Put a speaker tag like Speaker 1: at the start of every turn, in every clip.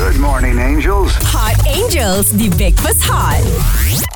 Speaker 1: Good morning, angels.
Speaker 2: Hot Angels di Breakfast Hot.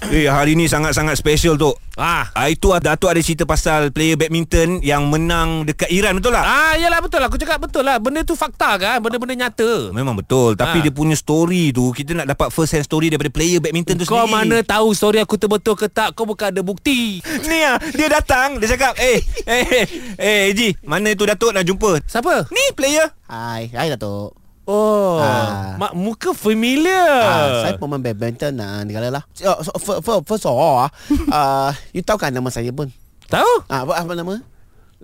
Speaker 3: Eh, hari ni sangat-sangat special tu.
Speaker 4: Ah.
Speaker 3: Ah, itu Datuk ada cerita pasal player badminton yang menang dekat Iran, betul tak?
Speaker 4: Ah, yalah betul lah. Aku cakap betul lah. Benda tu fakta kan? Benda-benda nyata.
Speaker 3: Memang betul. Tapi
Speaker 4: Ah.
Speaker 3: dia punya story tu, kita nak dapat first hand story daripada player badminton tu
Speaker 4: Kau
Speaker 3: sendiri.
Speaker 4: mana tahu story aku terbetul ke tak? Kau bukan ada bukti.
Speaker 3: Ni ah, dia datang, dia cakap, "Eh, eh, eh, eh, Eji, mana tu Datuk nak jumpa?"
Speaker 4: Siapa?
Speaker 3: Ni player.
Speaker 5: Hai, hai Datuk.
Speaker 4: Oh,
Speaker 5: Ah.
Speaker 4: mak muka familiar.
Speaker 3: Eh.
Speaker 5: Uh, saya pemain badminton uh, negara lah. Oh, so, for, for, first of all, ah, uh, you tahu kan nama saya pun?
Speaker 4: Tahu?
Speaker 5: Ah, uh, apa nama?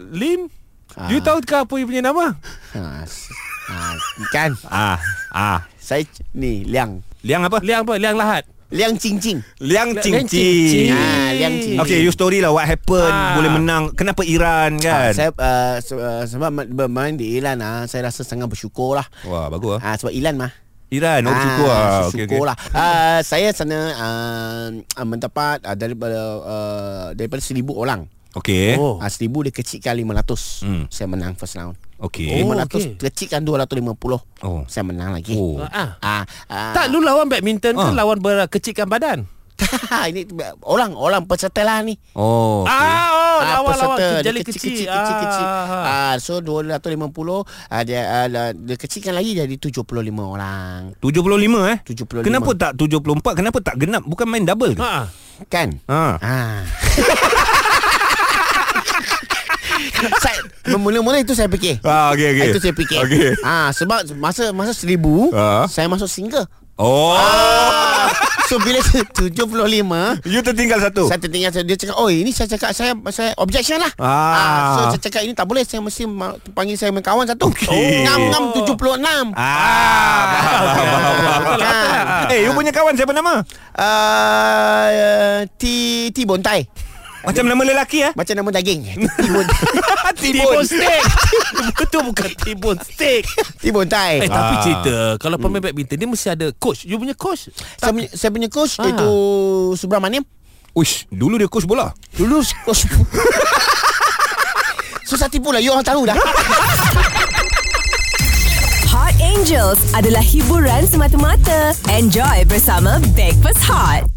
Speaker 4: Lim?
Speaker 5: Ah.
Speaker 4: You tahu ke apa you punya nama?
Speaker 5: Ah, s- ah, kan?
Speaker 3: Ah,
Speaker 4: Ha,
Speaker 3: ah.
Speaker 5: Saya c- ni Liang.
Speaker 3: Liang apa?
Speaker 4: Liang apa? Liang Lahat.
Speaker 5: Liang Cing Cing.
Speaker 3: Liang Cing
Speaker 4: Liang Ha. Cing
Speaker 3: Cing.
Speaker 4: Cing.
Speaker 5: Ah, Liang Cing Cing.
Speaker 3: Okay, you story lah what happened,
Speaker 4: Ah.
Speaker 3: boleh menang. Kenapa Iran kan?
Speaker 5: Ah, saya uh, se- uh, sebab ma- bermain di Iran ah, saya rasa sangat bersyukur lah.
Speaker 3: Wah, bagus ah.
Speaker 5: Ah, sebab Iran mah.
Speaker 3: Iran, oh syukur ah. Okey,
Speaker 5: Syukur
Speaker 3: okey.
Speaker 5: lah Ah, Saya sana ah, ah, Mendapat ah, daripada ah, Daripada seribu orang
Speaker 3: Okey.
Speaker 4: Oh.
Speaker 5: ah, Seribu dia kecilkan lima ratus
Speaker 3: Hmm.
Speaker 5: Saya menang first round
Speaker 3: Okey.
Speaker 5: Eh,
Speaker 4: Oh,
Speaker 5: Lima ratus
Speaker 4: okey.
Speaker 5: Kecilkan dua ratus lima puluh
Speaker 3: Oh.
Speaker 5: Saya menang lagi
Speaker 3: Oh.
Speaker 4: Ah.
Speaker 5: Ah, ah,
Speaker 4: Tak, lu lawan badminton ke
Speaker 3: Ah.
Speaker 4: lawan berkecikkan badan?
Speaker 5: ini orang orang peserta lah ni.
Speaker 3: Oh.
Speaker 4: Ah, oh, lawan-lawan.
Speaker 5: peserta
Speaker 4: Jali
Speaker 5: dia
Speaker 4: kecil.
Speaker 5: kecil kecil kecil. kecil.
Speaker 4: Ah.
Speaker 5: Ah, so 250 ah, dia, ah, dia kecilkan lagi jadi 75 orang.
Speaker 3: 75 eh
Speaker 5: 75.
Speaker 3: Kenapa tak 74 Kenapa tak genap Bukan main double ke
Speaker 4: Ah.
Speaker 5: Kan?
Speaker 3: ha.
Speaker 5: Ah. saya mula-mula itu saya fikir.
Speaker 3: Ah, okey okey.
Speaker 5: Itu saya fikir.
Speaker 3: Okey.
Speaker 5: Ah sebab masa masa seribu
Speaker 3: Ah.
Speaker 5: saya masuk single.
Speaker 3: Oh,
Speaker 5: Ah. so bila 75
Speaker 3: you tertinggal satu.
Speaker 5: saya tertinggal saya dia cakap oh ini saya cakap saya saya objection lah.
Speaker 3: Ah.
Speaker 5: so saya cakap ini tak boleh saya mesti ma- panggil saya main kawan satu.
Speaker 3: Okey.
Speaker 5: Oh, 6676. Ah.
Speaker 3: Ah, faham,
Speaker 5: Ah.
Speaker 3: faham, faham, faham.
Speaker 5: Kan.
Speaker 3: Eh, you punya kawan siapa nama?
Speaker 5: Uh, T T Bontai.
Speaker 3: Macam nama lelaki eh?
Speaker 5: Macam nama daging. T Bontai.
Speaker 4: Tibon steak. Itu bukan tibon steak.
Speaker 5: T Bontai.
Speaker 4: Eh, tapi
Speaker 3: Ah.
Speaker 4: cerita kalau pemain badminton dia mesti ada coach. You punya coach.
Speaker 5: Saya punya, saya punya coach
Speaker 4: Ah.
Speaker 5: ah. itu Subramaniam.
Speaker 3: Uish, dulu dia coach bola.
Speaker 5: Dulu coach Susah tipu lah You orang tahu dah
Speaker 2: Hot Angels adalah hiburan semata-mata. Enjoy bersama Breakfast Hot.